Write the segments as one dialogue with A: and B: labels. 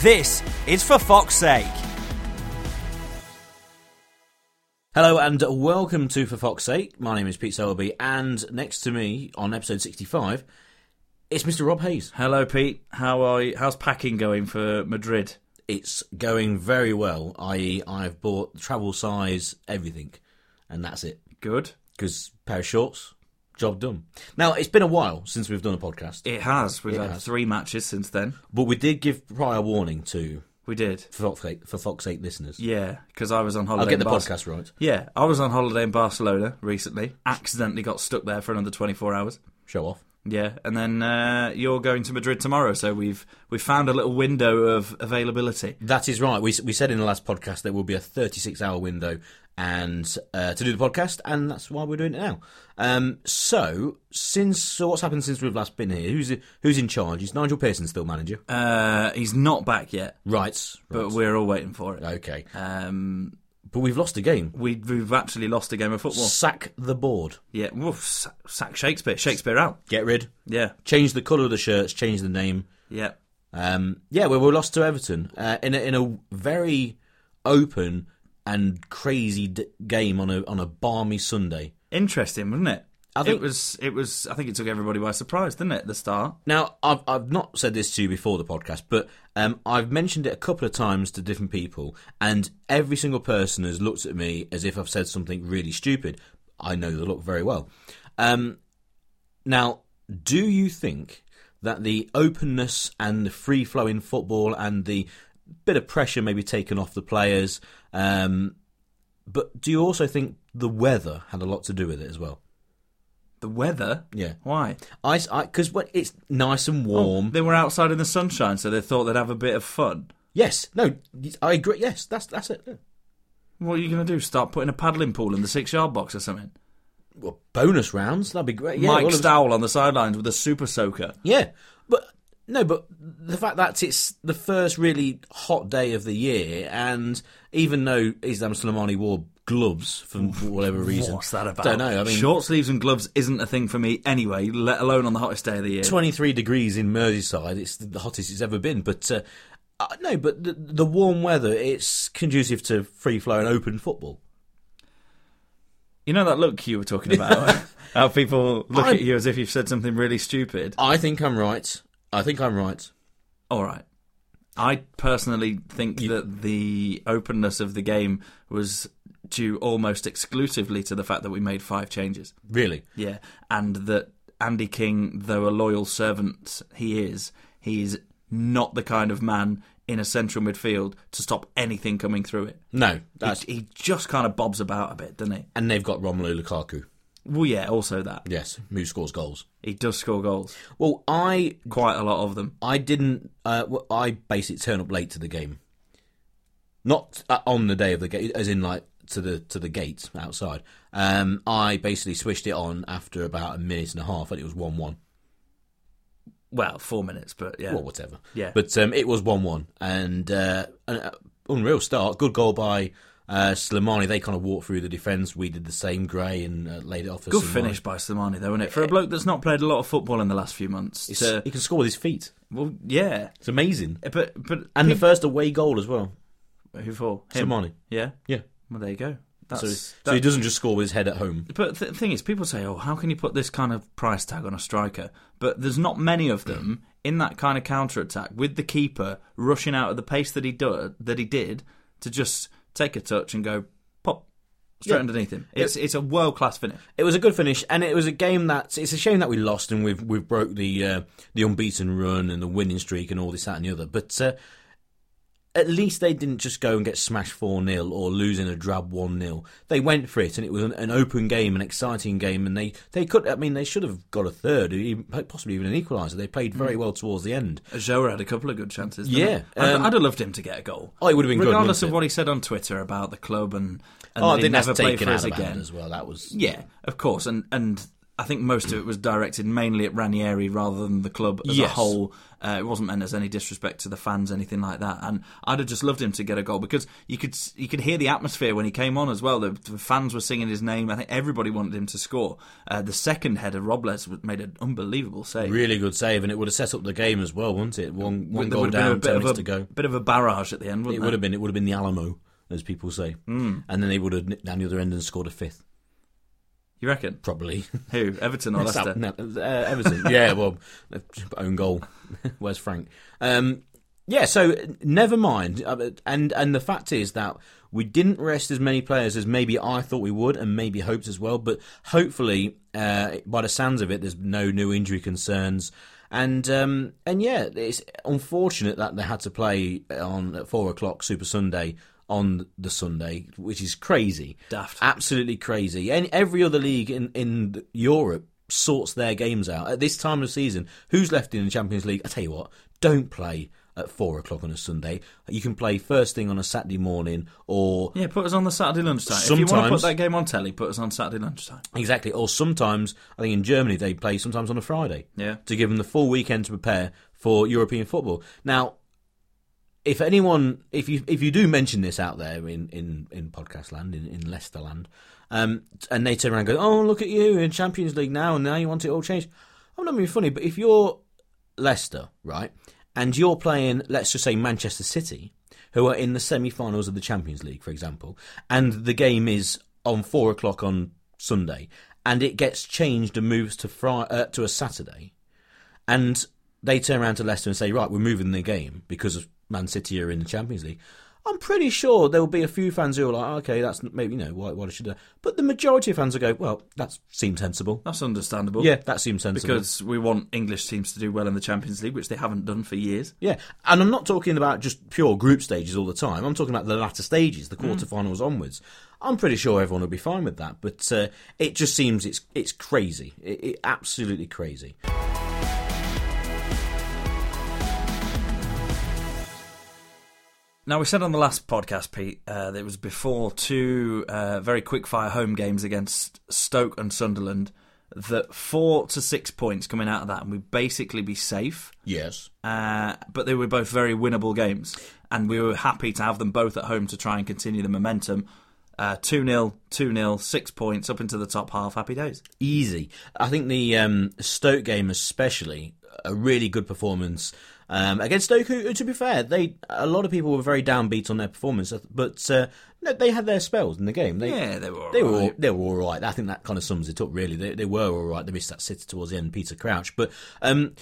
A: This is for Fox's sake.
B: Hello and welcome to For Fox's Sake. My name is Pete Selby, and next to me on episode 65, it's Mr. Rob Hayes.
C: Hello, Pete. How are you? How's packing going for Madrid?
B: It's going very well, i.e., I've bought travel size everything, and that's it.
C: Good.
B: Because pair of shorts, job done. Now, it's been a while since we've done a podcast,
C: It has. We've had
B: has.
C: three matches since then.
B: but we did give prior warning to
C: We did.
B: For Fox's Sake, for Fox's Sake listeners.
C: Yeah, because I was on holiday.
B: I'll get
C: in
B: the
C: Barce-
B: podcast right.
C: Yeah, I was on holiday in Barcelona recently. Accidentally got stuck there for another 24 hours.
B: Show off.
C: Yeah, and then uh, you're going to Madrid tomorrow, so we've we've found a little window of availability.
B: That is right. We, s- we said in the last podcast there will be a 36 hour window and uh, to do the podcast, and that's why we're doing it now. Um, so, since so what's happened since we've last been here? Who's i- who's in charge? Is Nigel Pearson still manager?
C: Uh, he's not back yet,
B: right,
C: but
B: right.
C: we're all waiting for it.
B: okay.
C: Um,
B: But we've lost a game.
C: we, we've actually lost a game of football.
B: Sack the board.
C: Yeah, woof, sa- sack Shakespeare. Shakespeare out.
B: Get rid.
C: Yeah,
B: Change the colour of the shirts. Change the name.
C: yeah.
B: Um, yeah, well, we lost to Everton uh, in a, in a very open and crazy d- game on a on a balmy Sunday.
C: interesting, wasn't it?
B: I think-
C: it was. It was. I think it took everybody by surprise, didn't it? At the start,
B: Now, I've, I've not said this to you before the podcast, but um, I've mentioned it a couple of times to different people, and every single person has looked at me as if I've said something really stupid. I know the look very well. Um, now, do you think that the openness and the free flowing football and the bit of pressure maybe taken off the players, um, but do you also think the weather had a lot to do with it as well?
C: the weather.
B: Yeah.
C: Why?
B: I, because when it's nice and warm,
C: They were outside in the sunshine, so they thought they'd have a bit of fun.
B: Yes, no, I agree. Yes, that's that's it. yeah.
C: What are you going to do? Start putting a paddling pool in the six-yard box or something?
B: Well, bonus rounds that'd be great. Yeah, all
C: Mike
B: of-
C: Stowell on the sidelines with a super soaker.
B: Yeah, but no, but the fact that it's the first really hot day of the year, and even though Islam Soleimani wore gloves for whatever reason,
C: What's that about?
B: Don't know. I mean,
C: short sleeves and gloves isn't a thing for me anyway. Let alone on the hottest day of the year.
B: twenty-three degrees in Merseyside. It's the hottest it's ever been. But uh, uh, no, but the, the warm weather it's conducive to free flow and open football.
C: You know that look you were talking about. How people look
B: I'm-
C: at you as if you've said something really stupid.
B: I think I'm right. I think I'm right.
C: All right. I personally think that the openness of the game was due almost exclusively to the fact that we made five changes.
B: Really.
C: Yeah, and that Andy King, though a loyal servant he is, he's not the kind of man in a central midfield to stop anything coming through it.
B: No, that's
C: He, he just kind of bobs about a bit, doesn't he?
B: and they've got Romelu Lukaku.
C: Well, yeah, also that.
B: Yes, who scores goals?
C: He does score goals,
B: Well, I
C: quite a lot of them.
B: I didn't. Uh, well, I basically turn up late to the game, not uh, on the day of the game, as in like to the to the gate outside. Um, I basically switched it on after about a minute and a half, and it was one one.
C: Well, four minutes, but yeah.
B: Well, whatever.
C: Yeah.
B: But um, it was one-one, and uh, an uh, unreal start. Good goal by uh, Slimani. They kind of walked through the defence. We did the same. Gray and uh, laid it off. for
C: Good
B: Slimani.
C: finish by Slimani, though, isn't it? For a bloke that's not played a lot of football in the last few months.
B: It's-
C: to-
B: he can score with his feet.
C: well, yeah,
B: It's amazing.
C: but but
B: And the first away goal as well.
C: who for him?
B: Slimani.
C: Yeah,
B: Yeah.
C: well there you go. That's,
B: So, so
C: that-
B: he doesn't just score with his head at home.
C: But the thing is, people say, "Oh, how can you put this kind of price tag on a striker?" But there's not many of them in that kind of counter attack with the keeper rushing out at the pace that he do- that he did to just take a touch and go pop straight
B: Yeah.
C: underneath him. It's it's a world class finish.
B: It was a good finish, and it was a game that it's a shame that we lost and we've we've broke the uh, the unbeaten run and the winning streak and all this that and the other. But uh, at least they didn't just go and get smashed 4 0 or lose in a drab 1 0. They went for it, and it was an, an open game, an exciting game, and they, they could, I mean, they should have got a third, or even- possibly even an equaliser. They played very well towards the end.
C: Joe had a couple of good chances.
B: Yeah,
C: didn't he? I'd,
B: um,
C: I'd have loved him to get a goal.
B: Oh, it would have been good,
C: regardless
B: wouldn't
C: of
B: it?
C: what he said on Twitter about the club and, and
B: Oh,
C: that
B: I
C: he'd
B: think that's
C: never play
B: taken
C: for us
B: out of hand
C: again.
B: as well. That was
C: Yeah, of course, and and I think most of it was directed mainly at Ranieri rather than the club as
B: Yes.
C: a whole. Uh, it wasn't meant as any disrespect to the fans, anything like that. And I'd have just loved him to get a goal because you could s- you could hear the atmosphere when he came on as well. The, the fans were singing his name. I think everybody wanted him to score. Uh, the second header, Robles w- made an unbelievable save.
B: really good save, and it would have set up the game as well, wouldn't it? One, one
C: There
B: goal
C: would have been
B: down,
C: a bit
B: ten
C: of a,
B: minutes to go.
C: bit of a barrage at the end, wouldn't
B: It would have been. It would have been the Alamo, as people say,
C: Hmm.
B: mm. and then they would have nipped down the other end and scored a fifth,
C: You reckon?
B: probably.
C: Who? Everton or Leicester?
B: No, uh, Everton. yeah, well, own goal. Where's Frank? Um, yeah, so uh, never mind. Uh, but- And and the fact is that we didn't rest as many players as maybe I thought we would, and maybe hoped as well. But hopefully, uh, by the sounds of it, there's no new injury concerns. And um, and yeah, it's unfortunate that they had to play on at four o'clock Super Sunday on the Sunday, which is crazy.
C: Daft.
B: Absolutely crazy. And every other league in in Europe sorts their games out at this time of season. Who's left in the Champions League? I tell you what, don't play at four o'clock on a Sunday. You can play first thing on a Saturday morning, or
C: Yeah, put us on the Saturday lunchtime. If you want to put
B: Sometimes-
C: that game on telly, put us on Saturday lunchtime.
B: exactly, or sometimes I think in Germany they play sometimes on a Friday.
C: Yeah.
B: to give them the full weekend to prepare for European football. Now, if anyone, if you if you do mention this out there in in in podcast land, in, in Leicester land, um, and they turn around and go, "Oh, look at you you're in Champions League now, and now you want it all changed." I'm not being funny, but if you're Leicester, right, and you're playing, let's just say Manchester City, who are in the semi-finals of the Champions League, for example, and the game is on four o'clock on Sunday, and it gets changed and moves to Fri uh, to a Saturday, and they turn around to Leicester and say, right, we're moving the game because Man City are in the Champions League. I'm pretty sure there will be a few fans who are like, okay, that's maybe, you know, why, why should I? But the majority of fans will go, well, that seems sensible.
C: That's understandable.
B: Yeah, that seems sensible.
C: Because we want English teams to do well in the Champions League, which they haven't done for years.
B: Yeah, and I'm not talking about just pure group stages all the time. I'm talking about the latter stages, the quarterfinals onwards. I'm pretty sure everyone will be fine with that, but uh, it just seems it's it's crazy, it, it, absolutely crazy.
C: Now, we said on the last podcast, Pete, uh, that it was before two uh, very quick-fire home games against Stoke and Sunderland, that four to six points coming out of that, and we'd basically be safe.
B: Yes,
C: Uh, but they were both very winnable games, and we were happy to have them both at home to try and continue the momentum. Uh, 2 0, 2 0, six points up into the top half. Happy days.
B: easy. I think the um, Stoke game, especially, a really good performance um, against Stoke. Who, to be fair, they a lot of people were very downbeat on their performance, but uh, no, they had their spells in the game. They,
C: Yeah, they were.
B: they were
C: alright.
B: all, they were all right. I think that kind of sums it up. Really, they, they were all right. They missed that sitter towards the end, Peter Crouch. But um,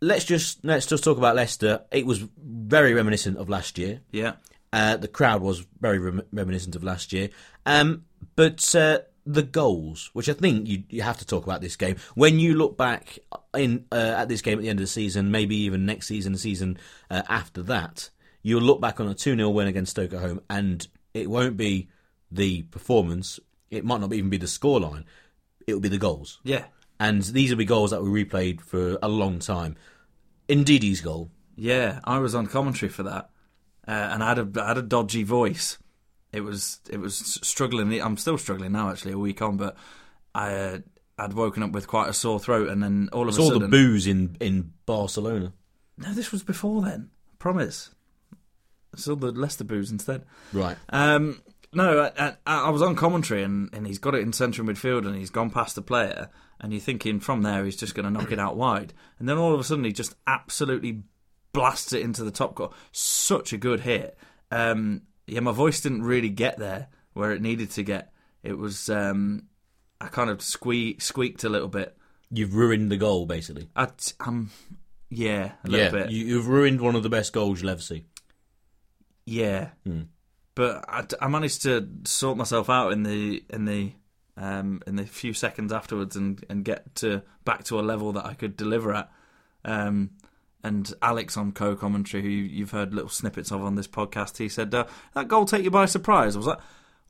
B: let's just let's just talk about Leicester. It was very reminiscent of last year.
C: Yeah.
B: Uh, the crowd was very rem- reminiscent of last year. Um, but uh, the goals, which I think you, you have to talk about this game. When you look back in uh, at this game at the end of the season, maybe even next season, the season uh, after that, you'll look back on a 2 0 win against Stoke at home, and it won't be the performance. It might not even be the scoreline. It'll be the goals.
C: Yeah.
B: And these will be goals that were replayed for a long time. Ndidi's goal.
C: Yeah. I was on commentary for that. Uh, and I had a I had a dodgy voice. It was it was struggling. I'm still struggling now actually a week on, but I uh, I'd woken up with quite a sore throat and then all of
B: It's
C: a
B: all
C: sudden
B: the booze in, in Barcelona.
C: No, this was before then. Promise. It's all the Leicester booze instead.
B: Right.
C: Um, no, I, I, I was on commentary and, and he's got it in central midfield and he's gone past the player and you're thinking from there he's just going to knock it out wide and then all of a sudden he just absolutely blasts it into the top corner. Such a good hit. Um, yeah, my voice didn't really get there where it needed to get. It was um, I kind of squeak, squeaked a little bit.
B: You've ruined the goal, basically.
C: I t- um, yeah, a little bit.
B: You, you've ruined one of the best goals you'll ever see.
C: Yeah, but I, I managed to sort myself out in the in the um, in the few seconds afterwards and, and get to back to a level that I could deliver at. Um, and Alex on co commentary, who you've heard little snippets of on this podcast, he said, uh, That goal take you by surprise. I was like,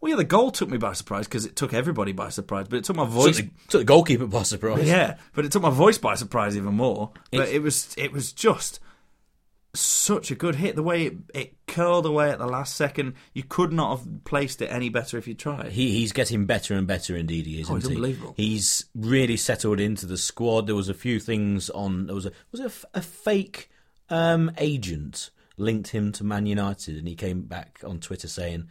C: Well, yeah, the goal took me by surprise because it took everybody by surprise, but it took my
B: Took
C: voice.
B: the, took the goalkeeper by surprise.
C: Yeah, but it took my voice by surprise even more. But it was it was just such a good hit. The way it, it curled away at the last second, you could not have placed it any better if you tried.
B: He, he's getting better and better indeed. He is.
C: Oh, he's
B: isn't he?
C: unbelievable.
B: He's really settled into the squad. There was a few things on. There was a was it a f- a, fake um, agent linked him to Man United, and he came back on Twitter saying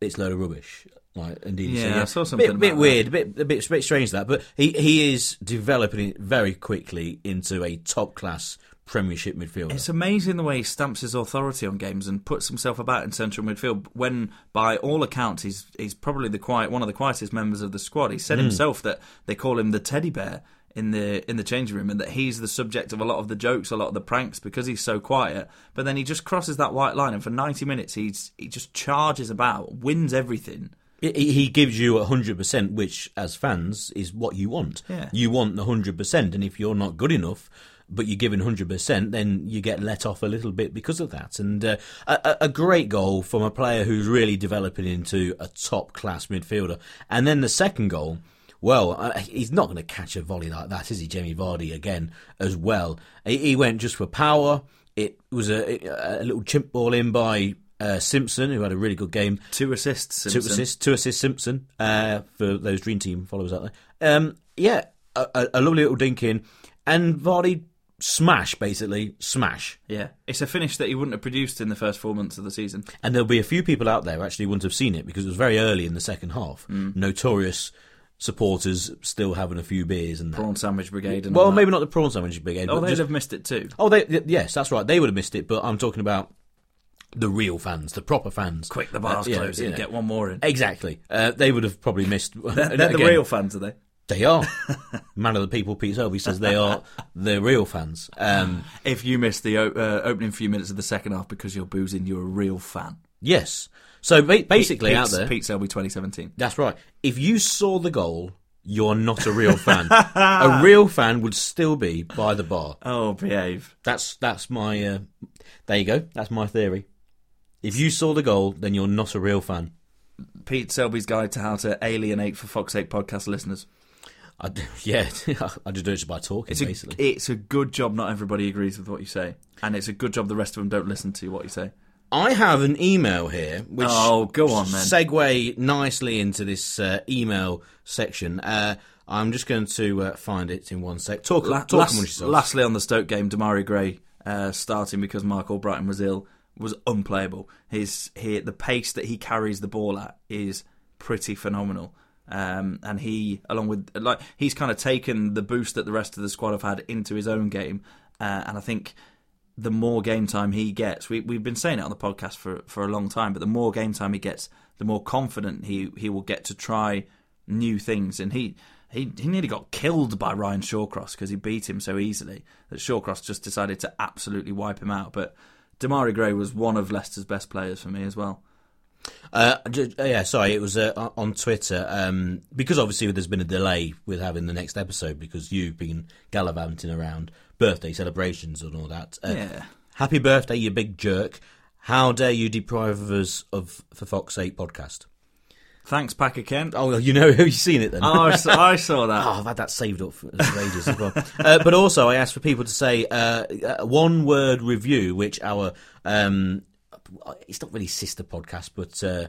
B: it's a load of rubbish. Like indeed, he said,
C: Yeah, I saw something
B: Bit,
C: about
B: bit
C: that.
B: weird, bit a bit bit strange that, but he he is developing very quickly into a top class Premiership midfielder.
C: It's amazing the way he stamps his authority on games and puts himself about in central midfield. When, by all accounts, he's he's probably the quiet one of the quietest members of the squad. He
B: Hmm.
C: said himself that they call him the teddy bear in the in the changing room, and that he's the subject of a lot of the jokes, a lot of the pranks because he's so quiet. But then he just crosses that white line, and for ninety minutes, he's he just charges about, wins everything.
B: He he gives you 100%, which as fans is what you want.
C: Yeah.
B: You want the 100%, and if you're not good enough, but you're given 100%, then you get let off a little bit because of that. And uh, a, a- a great goal from a player who's really developing into a top class midfielder. And then the second goal. Well, uh, he's not going to catch a volley like that, is he, Jamie Vardy? Again, as well, he, he went just for power. It was a, a little chimp ball in by uh, Simpson, who had a really good game.
C: Two assists.
B: Two
C: Simpson.
B: assists, two assists Simpson uh, for those Dream Team followers out there. Um, yeah, a, a, a lovely little dink in, and Vardy smash basically smash.
C: Yeah, it's a finish that he wouldn't have produced in the first four months of the season.
B: And there'll be a few people out there who actually wouldn't have seen it because it was very early in the second half.
C: Mm.
B: Notorious supporters still having a few beers and that.
C: Prawn sandwich brigade. And
B: well,
C: all that.
B: maybe not the prawn sandwich brigade.
C: Oh,
B: but
C: they'd
B: just-
C: have missed it too.
B: oh, they y- yes, that's right. They would have missed it, but I'm talking about the real fans, the proper fans.
C: Quick, the bar's
B: Uh, yeah,
C: closing.
B: yeah.
C: Get one more in.
B: Exactly. Uh, they would have probably missed.
C: They're, they're the
B: again,
C: real fans, are they?
B: They are. Man of the people, Pete Selby says they are the real fans. Um,
C: If you missed the o- uh, opening few minutes of the second half because you're boozing, you're a real fan.
B: yes. So ba- basically, out
C: Pete's-
B: there,
C: Pete Selby 2017.
B: that's right. If you saw the goal, you're not a real fan. a real fan would still be by the bar.
C: Oh, behave.
B: That's that's my. Uh, there you go. That's my theory. If you saw the goal, then you're not a real fan.
C: Pete Selby's guide to how to alienate for Fox 8 podcast listeners.
B: I, d- yeah, I just do it just by talking,
C: It's
B: basically.
C: a, it's a good job not everybody agrees with what you say. And it's a good job the rest of them don't listen to what you say.
B: I have an email here, which
C: Oh, go on, then.
B: segue nicely into this uh, email section. Uh, I'm just going to uh, find it in one sec. Talk,
C: La-
B: talk
C: last-
B: amongst yourselves.
C: lastly, on the Stoke game, Damari Gray uh, starting because Mark Albrighton was ill was unplayable. His he, the pace that he carries the ball at is pretty phenomenal. Um, and he, along with like, he's kind of taken the boost that the rest of the squad have had into his own game. Uh, and I think the more game time he gets, we, we've been saying it on the podcast for, for a long time, but the more game time he gets, the more confident he, he will get to try new things. And he, he, he nearly got killed by Ryan Shawcross because he beat him so easily that Shawcross just decided to absolutely wipe him out. But Damari Gray was one of Leicester's best players for me as well.
B: Uh, ju- uh, yeah, sorry, it was uh, on Twitter um, because obviously there's been a delay with having the next episode because you've been gallivanting around birthday celebrations and all that. Uh,
C: Yeah.
B: Happy birthday, you big jerk! How dare you deprive us of for Fox Eight podcast?
C: Thanks, Packer Kent.
B: Oh, well, you know who you've seen it then.
C: Oh, I saw, I saw that.
B: Oh, I've had that saved up for, for ages as well. Uh, but also, I asked for people to say uh, a one-word review, which our um, it's not really sister podcast, but uh,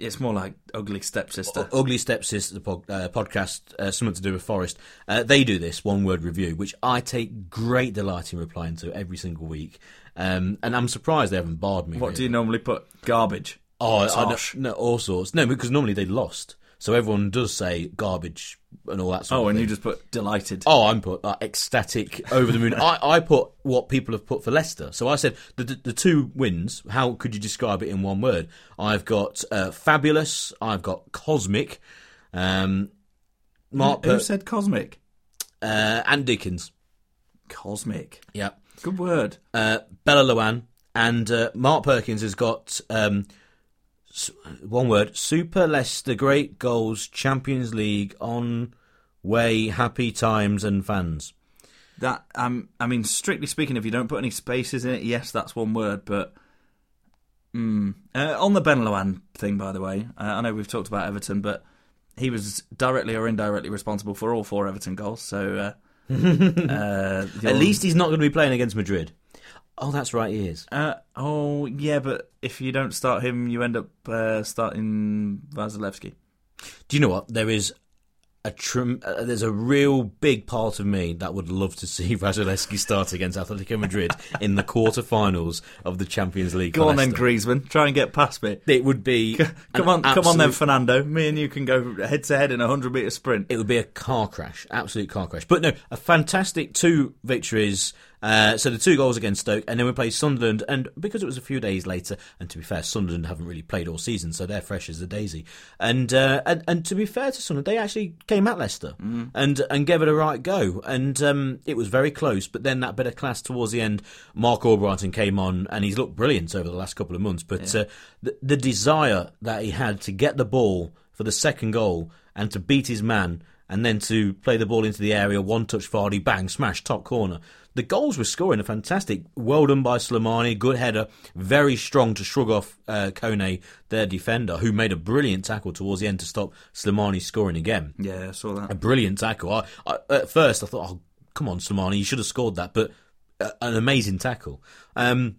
C: It's more like Ugly Stepsister.
B: Ugly Stepsister pod, uh, podcast, uh, something to do with Forest. Uh, they do this one-word review, which I take great delight in replying to every single week. Um, and I'm surprised they haven't barred me.
C: What do you normally put? Garbage.
B: Oh, I- I,
C: Tosh.
B: no, all sorts. No, because normally they lost, so everyone does say garbage and all that. Sort of
C: Oh, and
B: thing.
C: you just put delighted.
B: Oh, I'm put uh, ecstatic, over the moon. I, I put what people have put for Leicester. So I said the, the the two wins. How could you describe it in one word? I've got uh, fabulous. I've got cosmic. Um, Mark
C: Who
B: put,
C: said cosmic?
B: uh, and Dickens.
C: Cosmic.
B: Yeah.
C: Good word.
B: Uh, Bella Luan and uh, Mark Perkins has got um, s- one word: Super Leicester, great goals, Champions League on way, happy times and fans.
C: That um, I mean, strictly speaking, if you don't put any spaces in it, yes, that's one word. But mm, uh, on the Ben Lohan thing, by the way, uh, I know we've talked about Everton, but he was directly or indirectly responsible for all four Everton goals. So uh, uh,
B: At least he's not going to be playing against Madrid. Oh, that's right, he is.
C: Uh, oh yeah, but if you don't start him, you end up uh, starting Vasilevsky.
B: Do you know what? There is a trim, uh, there's a real big part of me that would love to see Vasilevsky start against Atletico Madrid in the quarterfinals of the Champions League.
C: Go on then,
B: Leicester.
C: Griezmann. Try and get past me.
B: It would be
C: Come on, come on then, Fernando. Me and you can go head to head in a hundred meter sprint.
B: It would be a car crash, absolute car crash. But no, a fantastic two victories. Uh, so the two goals against Stoke, and then we play Sunderland. And because it was a few days later, and to be fair, Sunderland haven't really played all season, so they're fresh as a daisy. And uh, and, and to be fair to Sunderland, they actually came at Leicester and and gave it a right go. And um, it was very close. But then that bit of class towards the end, Mark Albrighton came on, and he's looked brilliant over the last couple of months. But uh, the, the desire that he had to get the ball for the second goal and to beat his man and then to play the ball into the area, one touch Vardy, bang, smash, top corner. The goals we're scoring are fantastic. Well done by Slimani, good header, very strong to shrug off uh, Kone, their defender, who made a brilliant tackle towards the end to stop Slimani scoring again.
C: Yeah, I saw
B: A
C: that.
B: brilliant tackle. I, I, at first, I thought, oh, come on, Slimani, you should have scored that, but uh, an amazing tackle. Um,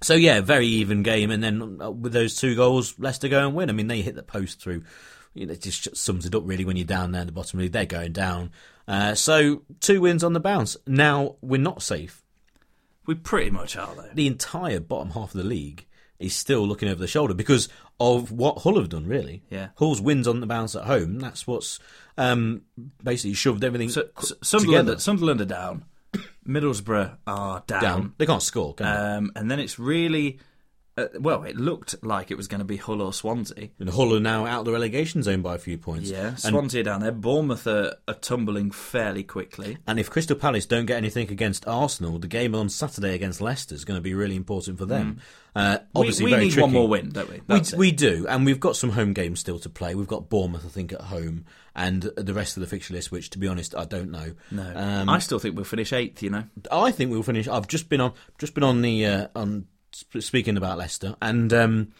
B: so yeah, very even game, and then uh, with those two goals, Leicester go and win. I mean, they hit the post through. You know, it just sums it up really when you're down there at the bottom league. They're going down. Uh, so two wins on the bounce. Now we're not safe.
C: We pretty much are though.
B: The entire bottom half of the league is still looking over the shoulder because of what Hull have done. Really,
C: Yeah.
B: Hull's wins on the bounce at home. That's what's um, basically shoved everything
C: So,
B: c-
C: S- Sunderland,
B: together.
C: Sunderland are down. Middlesbrough are down.
B: down. They can't score. Can they?
C: Um, and then it's really, uh, well, it looked like it was going to be Hull or Swansea.
B: And Hull are now out of the relegation zone by a few points.
C: Yeah,
B: and
C: Swansea are down there. Bournemouth are, are tumbling fairly quickly.
B: And if Crystal Palace don't get anything against Arsenal, the game on Saturday against Leicester is going to be really important for them. Uh, obviously,
C: Mm. we, we
B: very
C: need
B: tricky.
C: one more win, don't we?
B: We,
C: That's it.
B: we do, and we've got some home games still to play. We've got Bournemouth, I think, at home, and the rest of the fixture list, which, to be honest, I don't know.
C: No,
B: Um,
C: I still think we'll finish eighth. You know,
B: I think we'll finish. I've just been on, just been on the uh, on sp- speaking about Leicester, and um,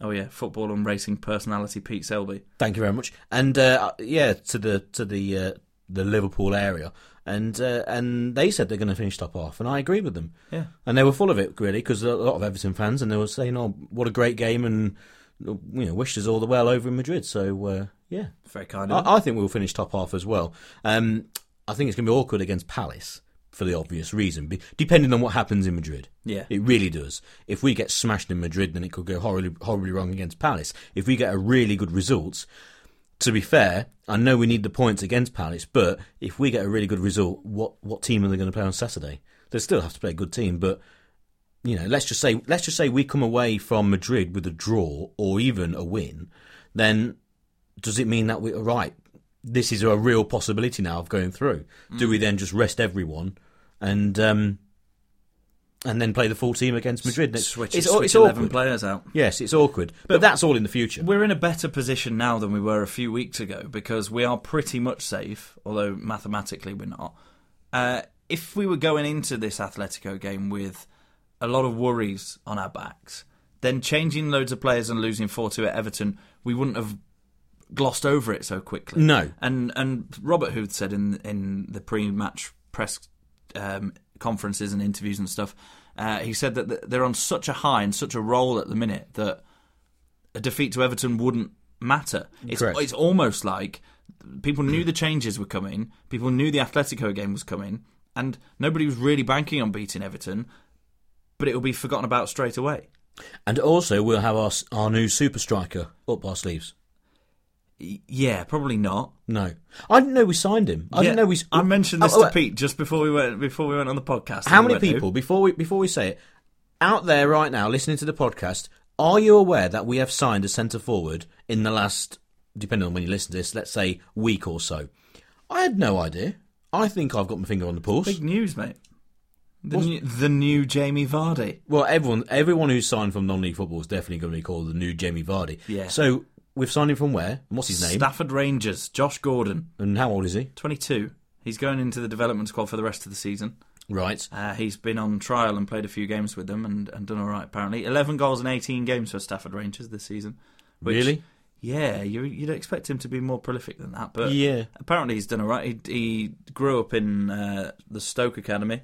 C: oh yeah, football and racing personality Pete Selby.
B: Thank you very much. And uh, yeah, to the to the uh, the Liverpool area, and uh, and they said they're going to finish top half, and I agree with them.
C: Yeah.
B: And they were full of it really because a lot of Everton fans, and they were saying, "Oh, what a great game!" and you know, wished us all the well over in Madrid. So uh, yeah,
C: Very kind of.
B: I, I think we'll finish top half as well. Um, I think it's going to be awkward against Palace for the obvious reason, be- depending on what happens in Madrid.
C: Yeah.
B: it really does. If we get smashed in Madrid, then it could go horribly, horribly wrong against Palace. If we get a really good result, to be fair, I know we need the points against Palace, but if we get a really good result, what what team are they going to play on Saturday? They still have to play a good team, but you know, let's just say let's just say we come away from Madrid with a draw or even a win, then does it mean that we are right? This is a real possibility now of going through. Do
C: Mm.
B: we then just rest everyone and um, and then play the full team against Madrid? It's-
C: switch
B: it's,
C: switch
B: it's
C: eleven
B: awkward.
C: players out.
B: yes, it's awkward, but, that's all in the future.
C: We're in a better position now than we were a few weeks ago because we are pretty much safe, although mathematically we're not. Uh, if we were going into this Atletico game with a lot of worries on our backs, then changing loads of players and losing 4 2 at Everton, we wouldn't have glossed over it so quickly.
B: No.
C: And and Robert Hood said in in the pre match press um, conferences and interviews and stuff, uh, he said that th- they're on such a high and such a roll at the minute that a defeat to Everton wouldn't matter. It's
B: Correct.
C: it's almost like people knew the changes were coming, people knew the Atletico game was coming, and nobody was really banking on beating Everton, but it will be forgotten about straight away.
B: And also, we'll have our our new super striker up our sleeves.
C: Y- Yeah, probably not.
B: No, I didn't know we signed him. I
C: Yeah,
B: didn't know we.
C: I mentioned this
B: Oh,
C: to
B: oh,
C: Pete just before we went before we went on the podcast.
B: How
C: and we
B: many
C: went,
B: people before we before we say it out there right now listening to the podcast? Are you aware that we have signed a centre forward in the last, depending on when you listen to this, let's say week or so? I had no idea. I think I've got my finger on the pulse.
C: Big news, mate. The new, the new Jamie Vardy.
B: Well, everyone everyone who's signed from non-league football is definitely going to be called the new Jamie Vardy.
C: Yeah.
B: So we've signed him from where? And what's his name?
C: Stafford Rangers. Josh Gordon,
B: and how old is he?
C: twenty two. He's going into the development squad for the rest of the season.
B: Right.
C: Uh, he's been on trial and played a few games with them and, and done all right. Apparently, eleven goals in eighteen games for Stafford Rangers this season. which-
B: really?
C: Yeah, you, you'd expect him to be more prolific than that, but
B: Yeah.
C: apparently he's done all right. He, he grew up in uh, the Stoke Academy.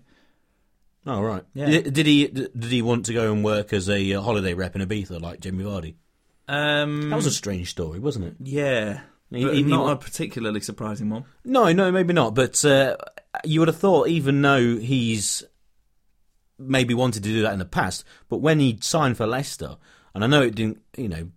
B: Oh, right.
C: Yeah.
B: Did, did he d- did he want to go and work as a uh, holiday rep in Ibiza like Jamie Vardy?
C: Um,
B: That was a strange story, wasn't it?
C: yeah,
B: He-
C: but
B: he- he
C: not
B: wa-
C: a particularly surprising one.
B: No, no, maybe not. But uh, you would have thought, even though he's maybe wanted to do that in the past, but when he signed for Leicester, and I know it didn't, you know,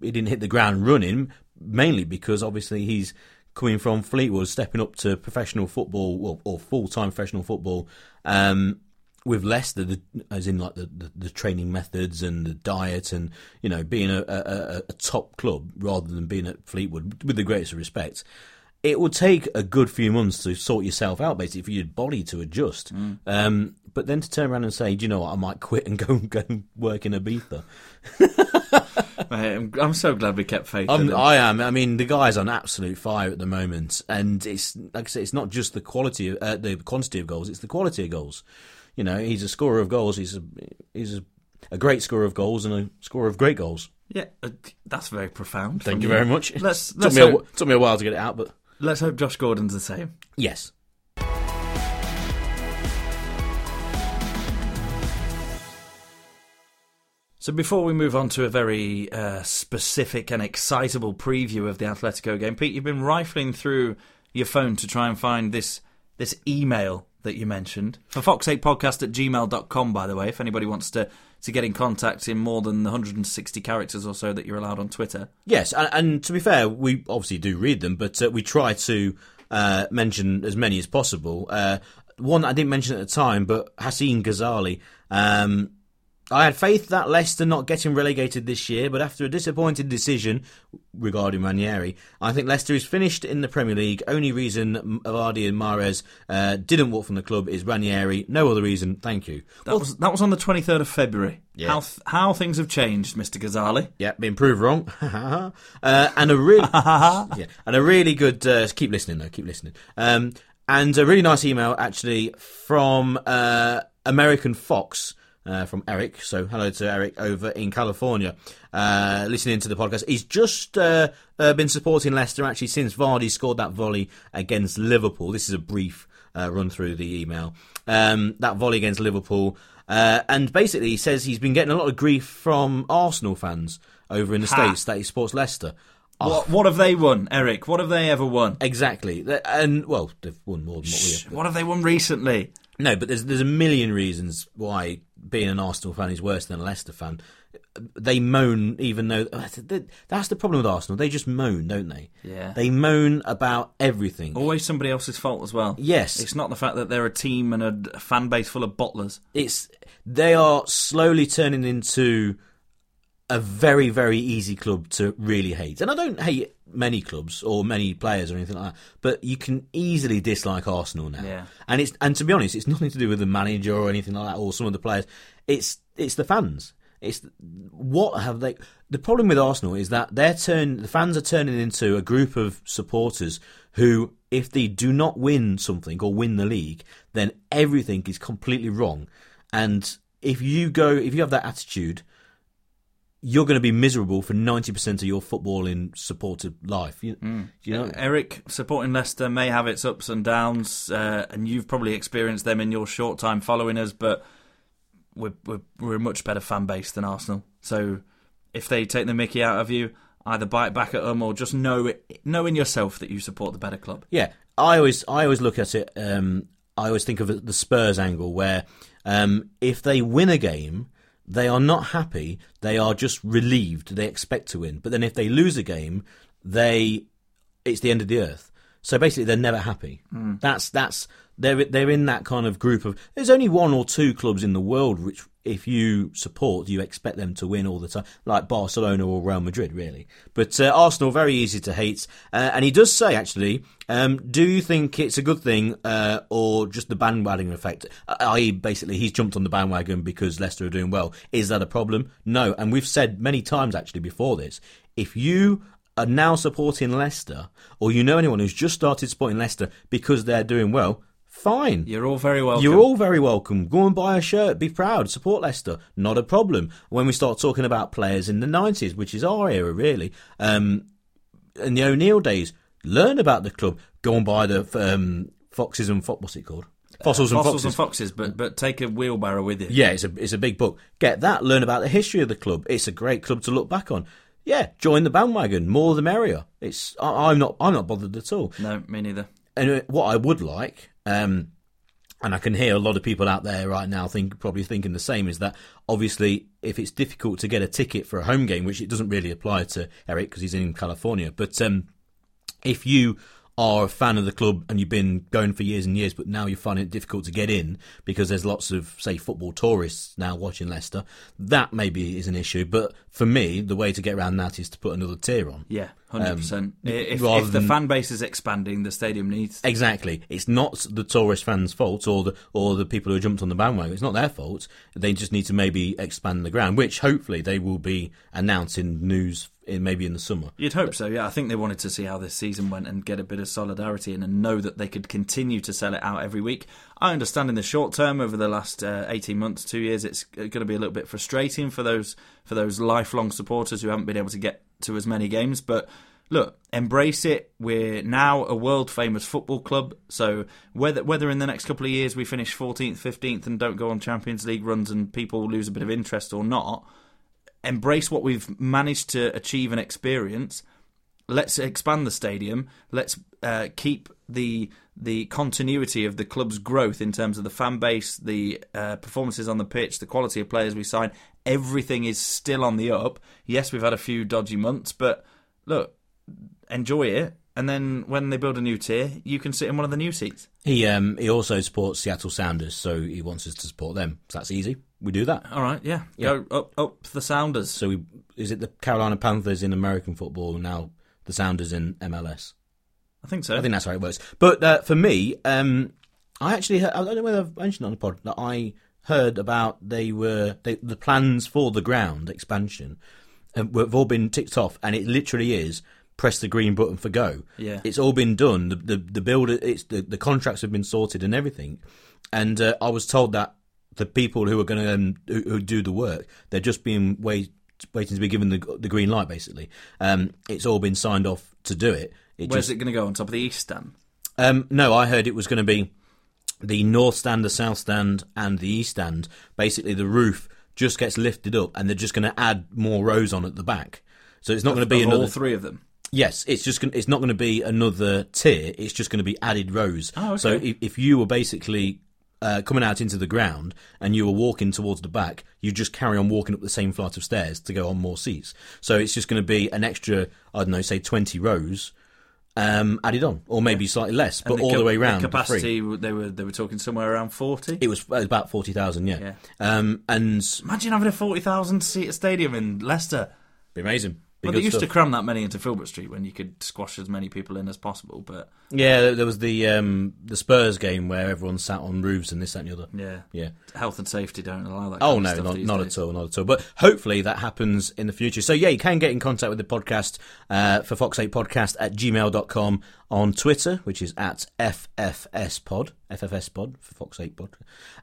B: it didn't hit the ground running, mainly because obviously he's coming from Fleetwood, stepping up to professional football well, or full time professional football. Um, with Leicester, the, as in like the, the, the training methods and the diet, and you know being a, a, a- a top club rather than being at Fleetwood, with the greatest respect, it will take a good few months to sort yourself out, basically, for your body to adjust. Um, but then to turn around and say, do you know what, I might quit and go go and work in Ibiza.
C: Mate, I'm, I'm so glad we kept faith. in
B: I'm,
C: him.
B: Um, I am. I mean, the guy's on absolute fire at the moment, and it's like I say, it's not just the quality, of, uh, the quantity of goals; it's the quality of goals. You know, he's a scorer of goals. He's a he's a, a great scorer of goals and a scorer of great goals.
C: yeah, uh, that's very profound.
B: Thank
C: from
B: you very much.
C: Let's
B: took
C: let's
B: me a,
C: hope,
B: wh- took me a while to get it out, but
C: let's hope Josh Gordon's the same.
B: yes.
C: So before we move on to a very uh, specific and excitable preview of the Atletico game, Pete, you've been rifling through your phone to try and find this this email that you mentioned. For Fox 8 podcast at gmail.com, by the way, if anybody wants to, to get in contact in more than the 160 characters or so that you're allowed on Twitter.
B: Yes, and, and to be fair, we obviously do read them, but uh, we try to uh, mention as many as possible. Uh, one I didn't mention at the time, but Hassan Ghazali. Um, I had faith that Leicester not getting relegated this year, but after a disappointed decision regarding Ranieri, I think Leicester is finished in the Premier League. Only reason Vardy and Mares uh, didn't walk from the club is Ranieri. No other reason. Thank you.
C: That, was, that was on the 23rd of February.
B: Yeah.
C: How, th- how things have changed, Mr. Ghazali.
B: Yeah, been proved wrong. uh, and a really, yeah, and a really good. Uh, keep listening though. Keep listening. Um, and a really nice email actually from uh, American Fox. Uh, from Eric, so hello to Eric over in California, uh, listening to the podcast. He's just uh, uh, been supporting Leicester actually since Vardy scored that volley against Liverpool. This is a brief uh, run through the email. Um, that volley against Liverpool. Uh, and basically, he says he's been getting a lot of grief from Arsenal fans over in the States that he supports Leicester. Oh,
C: What, what have they won, Eric? What have they ever won?
B: exactly. Th- And, well, they've won more than what we have.
C: What have they won recently?
B: No, but there's, there's a million reasons why being an Arsenal fan is worse than a Leicester fan. They moan, even though. oh, That's the problem with Arsenal. They just moan, don't they?
C: Yeah.
B: They moan about everything.
C: Always somebody else's fault as well.
B: Yes.
C: It's not the fact that they're a team and a- a fan base full of bottlers.
B: it's they are slowly turning into a very very easy club to really hate and i don't hate many clubs or many players or anything like that but you can easily dislike arsenal now
C: Yeah.
B: and it's and to be honest it's nothing to do with the manager or anything like that or some of the players it's it's the fans it's what have they the problem with arsenal is that their turn the fans are turning into a group of supporters who if they do not win something or win the league then everything is completely wrong and if you go if you have that attitude you're going to be miserable for 90% of your footballing supported life you, you know
C: Eric, supporting Leicester may have its ups and downs, uh, and you've probably experienced them in your short time following us, but we're, we're, we're a much better fan base than Arsenal. So if they take the mickey out of you, either bite back at them or just know it, know in yourself that you support the better club.
B: Yeah, I always I always look at it. Um, I always think of the Spurs angle where um, if they win a game, they are not happy. They are just relieved. They expect to win. But then if they lose a game, they it's the end of the earth. So basically, they're never happy. That's that's they're they're in that kind of group of. There's only one or two clubs in the world which, if you support, you expect them to win all the time, like Barcelona or Real Madrid, really. But uh, Arsenal very easy to hate. Uh, and he does say actually, um, do you think it's a good thing uh, or just the bandwagon effect? Uh, I.e., basically, he's jumped on the bandwagon because Leicester are doing well. Is that a problem? No. And we've said many times actually before this, if you are now supporting Leicester, or you know anyone who's just started supporting Leicester because they're doing well, fine.
C: You're all very welcome.
B: You're all very welcome. Go and buy a shirt. Be proud. Support Leicester. Not a problem. When we start talking about players in the 90s, which is our era, really, um, in the O'Neill days, learn about the club. Go and buy the um, Foxes and Fo- what's it called? Fossils and
C: fossils
B: Foxes.
C: and foxes, but but take a wheelbarrow with you.
B: yeah, it's a it's a big book. Get that. Learn about the history of the club. It's a great club to look back on. Yeah, join the bandwagon. More the merrier. It's I, I'm not I'm not bothered at all
C: No, me neither.
B: and uh, what I would like, um, and I can hear a lot of people out there right now think probably thinking the same, is that obviously if it's difficult to get a ticket for a home game, which it doesn't really apply to Eric because he's in California, but um, if you are a fan of the club and you've been going for years and years, but now you find it difficult to get in because there's lots of, say, football tourists now watching Leicester, that maybe is an issue. But for me, the way to get around that is to put another tier on.
C: Yeah, hundred percent. If,
B: Um, rather
C: if the
B: than-
C: fan base is expanding, the stadium needs.
B: Exactly. It's not the tourist fans' fault or the or the people who jumped on the bandwagon. It's not their fault. They just need to maybe expand the ground, which hopefully they will be announcing news in maybe in the summer.
C: You'd hope so, yeah. I think they wanted to see how this season went and get a bit of solidarity in and know that they could continue to sell it out every week. I understand in the short term, over the last uh, eighteen months, two years, it's going to be a little bit frustrating for those for those lifelong supporters who haven't been able to get to as many games. But look, embrace it. We're now a world famous football club, so whether whether in the next couple of years we finish fourteenth, fifteenth, and don't go on Champions League runs and people lose a bit of interest or not embrace what we've managed to achieve and experience. Let's expand the stadium. Let's uh, keep the the continuity of the club's growth in terms of the fan base, the uh, performances on the pitch, the quality of players we sign. Everything is still on the up. Yes, we've had a few dodgy months, but look, enjoy it. And then when they build a new tier, you can sit in one of the new seats.
B: He um he also supports Seattle Sounders, so he wants us to support them. So that's easy. We do that.
C: All right, yeah, go up up the Sounders.
B: So we is it the Carolina Panthers in American football now the Sounders in MLS?
C: I think so.
B: I think that's how it works. But uh, for me, um, I actually heard, I don't know whether I've mentioned it on the pod that I heard about they were they, the plans for the ground expansion uh, were- have all been ticked off, and it literally is press the green button for go.
C: Yeah.
B: it's all been done. The the, the builder, it's the, the contracts have been sorted and everything. And uh, I was told that the people who are going to um, who, who do the work, they're just being wait, waiting to be given the the green light. Basically, um, it's all been signed off to do it. It
C: Where's it going to go on top of the East Stand?
B: um, no, I heard it was going to be the north stand, the south stand, and the east stand. Basically, the roof just gets lifted up, and they're just going to add more rows on at the back. So it's not going to be
C: Of all
B: another.
C: three of them.
B: yes, it's just gonna, it's not going to be another tier. It's just going to be added rows.
C: Oh, okay.
B: So if, if you were basically uh, coming out into the ground and you were walking towards the back, you just carry on walking up the same flight of stairs to go on more seats. So it's just going to be an extra, I don't know, say twenty rows. Um, added on, or maybe slightly less, but all
C: cap-
B: the way round. for free.
C: capacity they were they were talking somewhere around forty.
B: It was uh, about forty thousand, yeah.
C: Yeah.
B: Um, and
C: Imagine having a forty thousand seat stadium in Leicester.
B: be amazing. Be
C: Well,
B: good
C: they used
B: stuff.
C: to cram that many into Filbert Street when you could squash as many people in as possible. But
B: yeah, there- there was the um, the Spurs game where everyone sat on roofs and this that and the other.
C: yeah,
B: Yeah.
C: health and safety don't allow that.
B: Oh
C: kind
B: no,
C: of stuff
B: not,
C: these
B: not
C: days.
B: at all, not at all. But hopefully that happens in the future. So yeah, you can get in contact with the podcast uh, for Fox Eight Podcast at gmail.com on Twitter, which is at FFS Pod, FFS Pod for Fox Eight Pod,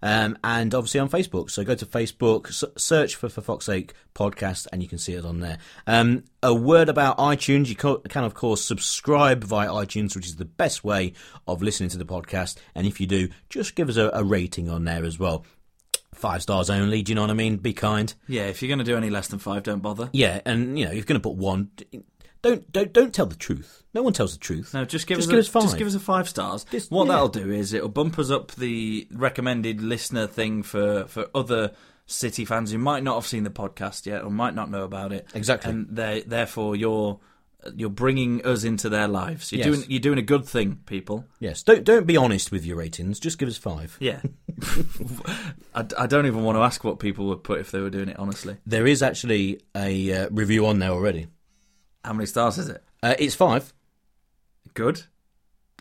B: um, and obviously on Facebook. So go to Facebook, s- search for for Fox Eight Podcast, and you can see it on there. Um, a word about iTunes. You co- can of course subscribe via iTunes, which is the best way of listening to the podcast. And if you do, just give us a, a rating on there as well five stars only. Do you know what I mean? Be kind.
C: Yeah, if you're going to do any less than five, don't bother.
B: Yeah, and you know if you're going to put one, don't don't don't tell the truth. No one tells the truth.
C: No, just give
B: Just
C: us
B: give
C: a,
B: us five.
C: Just give us a five stars.
B: Just-
C: what
B: yeah.
C: that'll do is it'll bump us up the recommended listener thing for for other City fans who might not have seen the podcast yet or might not know about it.
B: Exactly.
C: and they therefore you're you're bringing us into their lives. You're
B: Yes.
C: doing you're doing a good thing, people.
B: Yes, don't don't be honest with your ratings. Just give us five.
C: Yeah, I, I don't even want to ask what people would put if they were doing it honestly.
B: There is actually a uh, review on there already.
C: How many stars is it?
B: Uh, it's five,
C: Good.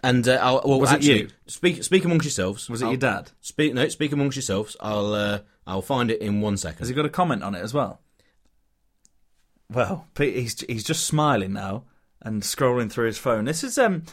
B: and uh, I'll, well,
C: Was it
B: actually,
C: you?
B: Speak speak amongst yourselves.
C: Was it
B: I'll-
C: your dad?
B: Speak no, speak amongst yourselves. I'll uh, I'll find it in one second.
C: Has he got a comment on it as well? Well, Pete, he's he's just smiling now. and scrolling through his phone. This is um,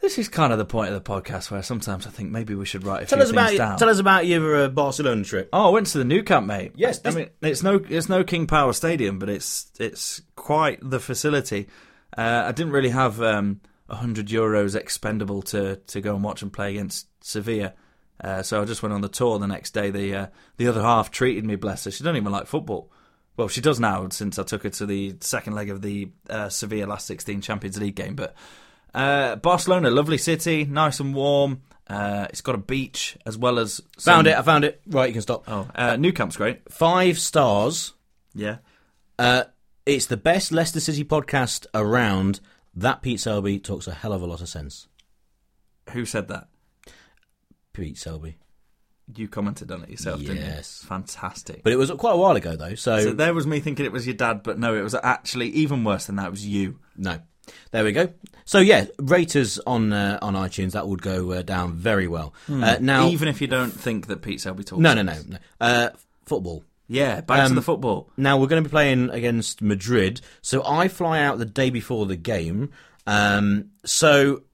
C: this is kind of the point of the podcast where sometimes I think maybe we should write a
B: Tell
C: few
B: us
C: things
B: about
C: down.
B: tell us about your uh, Barcelona trip.
C: Oh, I went to the new camp, mate.
B: Yes,
C: I
B: this-
C: mean it's no it's no King Power Stadium, but it's it's quite the facility. Uh, I didn't really have um, hundred euros expendable to, to go and watch and play against Sevilla, uh, so I just went on the tour the next day. The uh, the other half treated me, bless her. She doesn't even like football. Well, she does now since I took her to the second leg of the uh, Sevilla last sixteen Champions League game, but. Uh, Barcelona, lovely city, nice and warm. Uh, it's got a beach as well as some-
B: Found it. I found it. Right, you can stop.
C: Oh, uh, New Camp's great.
B: Five stars.
C: Yeah.
B: Uh, it's the best Leicester City podcast around. That Pete Selby talks a hell of a lot of sense.
C: Who said that?
B: Pete Selby.
C: You commented on it yourself, didn't you?
B: Yes.
C: Fantastic.
B: But it was quite a while ago though, so,
C: so there was me thinking it was your dad, but no, it was actually even worse than that. It was you.
B: no. There we go. So yeah, raters on uh, on iTunes that would go uh, down very well. Uh, now,
C: Hmm. Even if you don't think that Pete Selby talks.
B: no, no, no,
C: sense.
B: no. Uh, football.
C: Yeah, back to
B: Um,
C: the football.
B: Now we're going to be playing against Madrid, so I fly out the day before the game. Um, so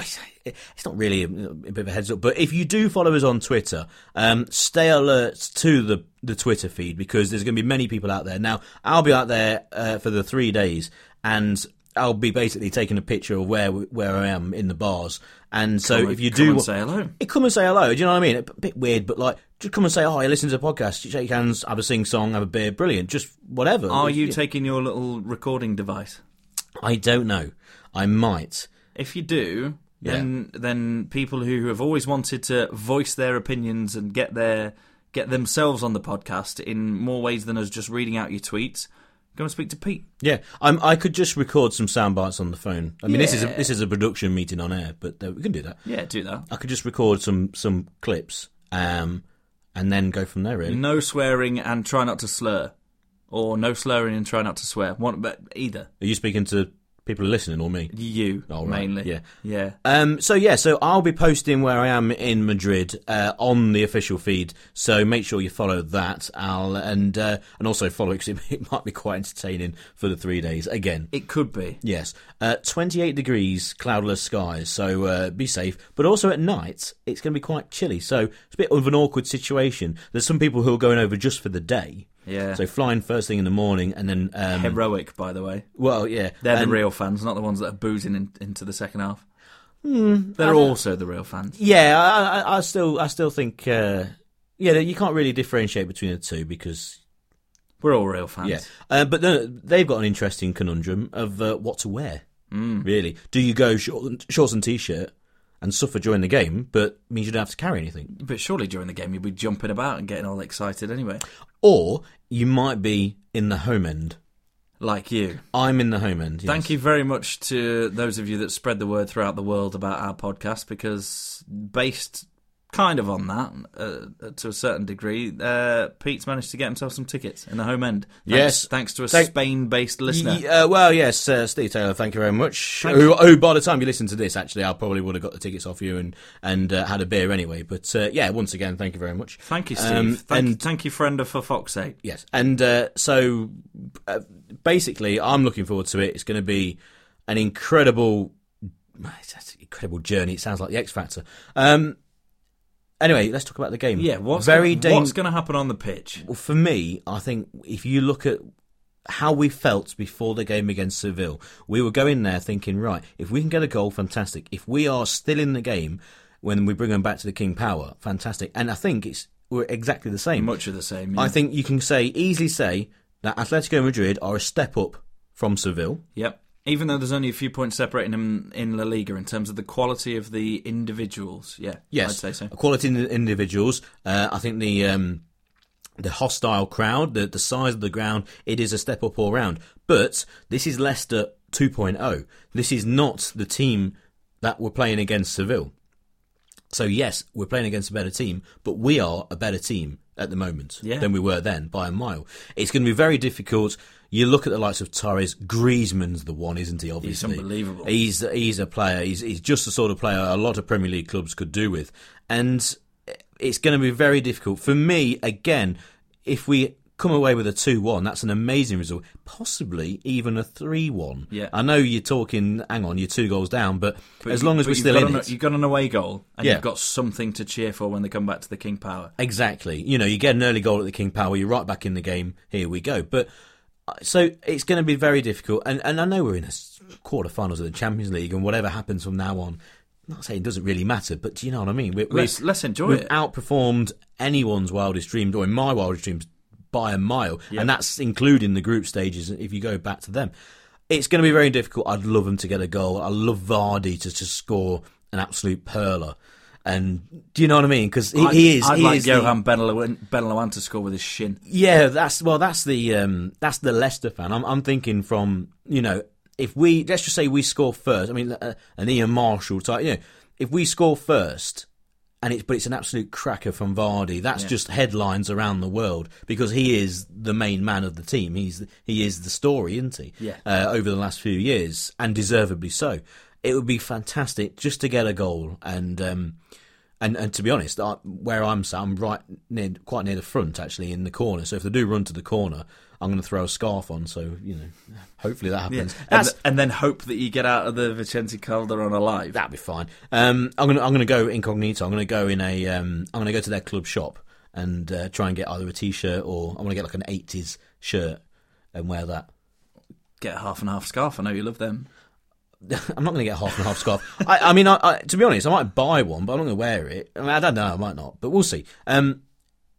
B: it's not really a, a bit of a heads up, but if you do follow us on Twitter, um, stay alert to the the Twitter feed because there's going to be many people out there. Now I'll be out there uh, for the three days, and I'll be basically taking a picture of where where I am in the bars. And so
C: Come and-
B: if you
C: come
B: do
C: and
B: wa-
C: say hello.
B: yeah, come and say hello. Do you know what I mean? A bit weird, but like, just come and say, "Oh, I listen to the podcast." Shake hands, have a sing song, have a beer, brilliant. Just whatever.
C: Are you
B: Yeah.
C: taking your little recording device?
B: I don't know. I might.
C: If you do, then then people who have always wanted to voice their opinions and get their get themselves on the podcast in more ways than us just reading out your tweets, go and speak to Pete.
B: Yeah, I'm, I could just record some sound bites on the phone. I mean, this is a,
C: Yeah.
B: this is a production meeting on air, but uh, we can do that.
C: Yeah, do that.
B: I could just record some some clips, um, and then go from there. Really,
C: No swearing and try not to slur, or no slurring and try not to swear. One, but either
B: are you speaking to people who are listening or me?
C: you
B: All Oh, right,
C: mainly.
B: yeah.
C: yeah.
B: Um, so yeah, so I'll be posting where I am in Madrid uh, on the official feed. So make sure you follow that, Al, and uh, and also follow because it, it might be quite entertaining for the three days again.
C: It could be.
B: Yes, uh, 28 degrees, cloudless skies. So uh, be safe, but also at night it's going to be quite chilly. So it's a bit of an awkward situation. There's some people who are going over just for the day.
C: Yeah.
B: So flying first thing in the morning, and then um,
C: Heroic, by the way.
B: well, yeah,
C: They're
B: and-
C: the real fans, not the ones that are boozing in, into the second half.
B: Hmm.
C: They're also the real fans.
B: Yeah, I, I, I still, I still think, uh, yeah, you can't really differentiate between the two because,
C: We're all real fans.
B: yeah, uh, but no, they've got an interesting conundrum of uh, what to wear. Mm. Really, do you go short, shorts and t-shirt and suffer during the game, but means you don't have to carry anything,
C: But surely during the game you'd be jumping about and getting all excited anyway,
B: or you might be in the home end.
C: like you.
B: I'm in the home end. Yes.
C: Thank you very much to those of you that spread the word throughout the world about our podcast because, based kind of on that, uh, to a certain degree, uh, Pete's managed to get himself some tickets in the home end. Thanks,
B: Yes.
C: Thanks to a
B: Thank-
C: Spain based listener.
B: Y- uh, well, yes, uh, Steve Taylor. Thank you very much.
C: Thank
B: who, who, by the time you listen to this, actually, I probably would have got the tickets off you and and uh, had a beer anyway. But uh, yeah, once again, thank you very much.
C: Thank you, Steve.
B: Um,
C: thank,
B: and-
C: thank you, friend of For Fox's Sake.
B: Yes, and uh, so uh, basically, I'm looking forward to it. It's going to be an incredible, it's an incredible journey. It sounds like the X Factor. Um, anyway, let's talk about the game.
C: Yeah, what's
B: very
C: gonna, what's
B: dangerous.
C: going to happen on the pitch?
B: Well, for me, I think if you look at how we felt before the game against Seville, we were going there thinking, right, if we can get a goal, fantastic. If we are still in the game when we bring them back to the King Power, fantastic. And I think it's we're exactly the same.
C: Much of the same.
B: I
C: yeah.
B: think you can say easily say that Atletico Madrid are a step up from Seville.
C: Yep. Even though there's only a few points separating them in La Liga in terms of the quality of the individuals, yeah,
B: Yes,
C: I'd say so.
B: Quality in individuals. Uh, I think the um, the hostile crowd, the the size of the ground, it is a step up all round. But this is Leicester 2.0. This is not the team that we're playing against Seville. So yes, we're playing against a better team, but we are a better team at the moment
C: Yeah.
B: than we were then by a mile. It's going to be very difficult. You look at the likes of Torres, Griezmann's the one, isn't he? Obviously,
C: unbelievable.
B: He's he's a player. He's he's just the sort of player a lot of Premier League clubs could do with, and it's going to be very difficult for me. Again, if we come away with a 2 1. That's an amazing result. Possibly even a 3 1.
C: Yeah.
B: I know you're talking, hang on, you're two goals down, but,
C: But
B: as
C: you-
B: long as we're
C: but you've
B: still
C: got
B: in
C: an-
B: it.
C: you've got an away goal, and
B: Yeah.
C: you've got something to cheer for when they come back to the King Power.
B: Exactly. You know, you get an early goal at the King Power, you're right back in the game. Here we go. But uh, so it's going to be very difficult. And and I know we're in a s- quarterfinals of the Champions League, and whatever happens from now on, I'm not saying it doesn't really matter, but do you know what I mean? We're,
C: Let's- let's enjoy
B: we've
C: it.
B: outperformed anyone's wildest dreams, or in my wildest dreams, by a mile, and that's including the group stages. If you go back to them, it's going to be very difficult. I'd love them to get a goal. I love Vardy to, to score an absolute perler. And do you know what I mean? Because he,
C: I'd-
B: he is.
C: I'd
B: he
C: like
B: is the-
C: Johan Beneloan Beneloan to score with his shin.
B: yeah, that's well, that's the um, that's the Leicester fan. I'm, I'm thinking from you know if we let's just say we score first. I mean, uh, an Ian Marshall type. You know, if we score first, and it's but it's an absolute cracker from Vardy. That's just headlines around the world because he is the main man of the team. He's he is the story, isn't he?
C: Yeah.
B: Uh, over the last few years, and deservedly so. It would be fantastic just to get a goal and. Um, and and to be honest, I, where I'm sat, I'm right near, quite near the front actually, in the corner. So if they do run to the corner, I'm going to throw a scarf on. So you know, hopefully that happens.
C: And,
B: That's,
C: th- and then hope that you get out of the Vicente Calderon alive.
B: that'd be fine. Um, I'm gonna I'm gonna go incognito. I'm gonna go in a um, I'm gonna go to their club shop and uh, try and get either a t-shirt or I'm gonna get like an '80s shirt and wear that.
C: Get a half and half scarf. I know you love them.
B: I'm not going to get a half and half scarf. I, I mean, I, I, to be honest, I might buy one, but I'm not going to wear it. I, mean, I don't know. I might not, but we'll see. Um,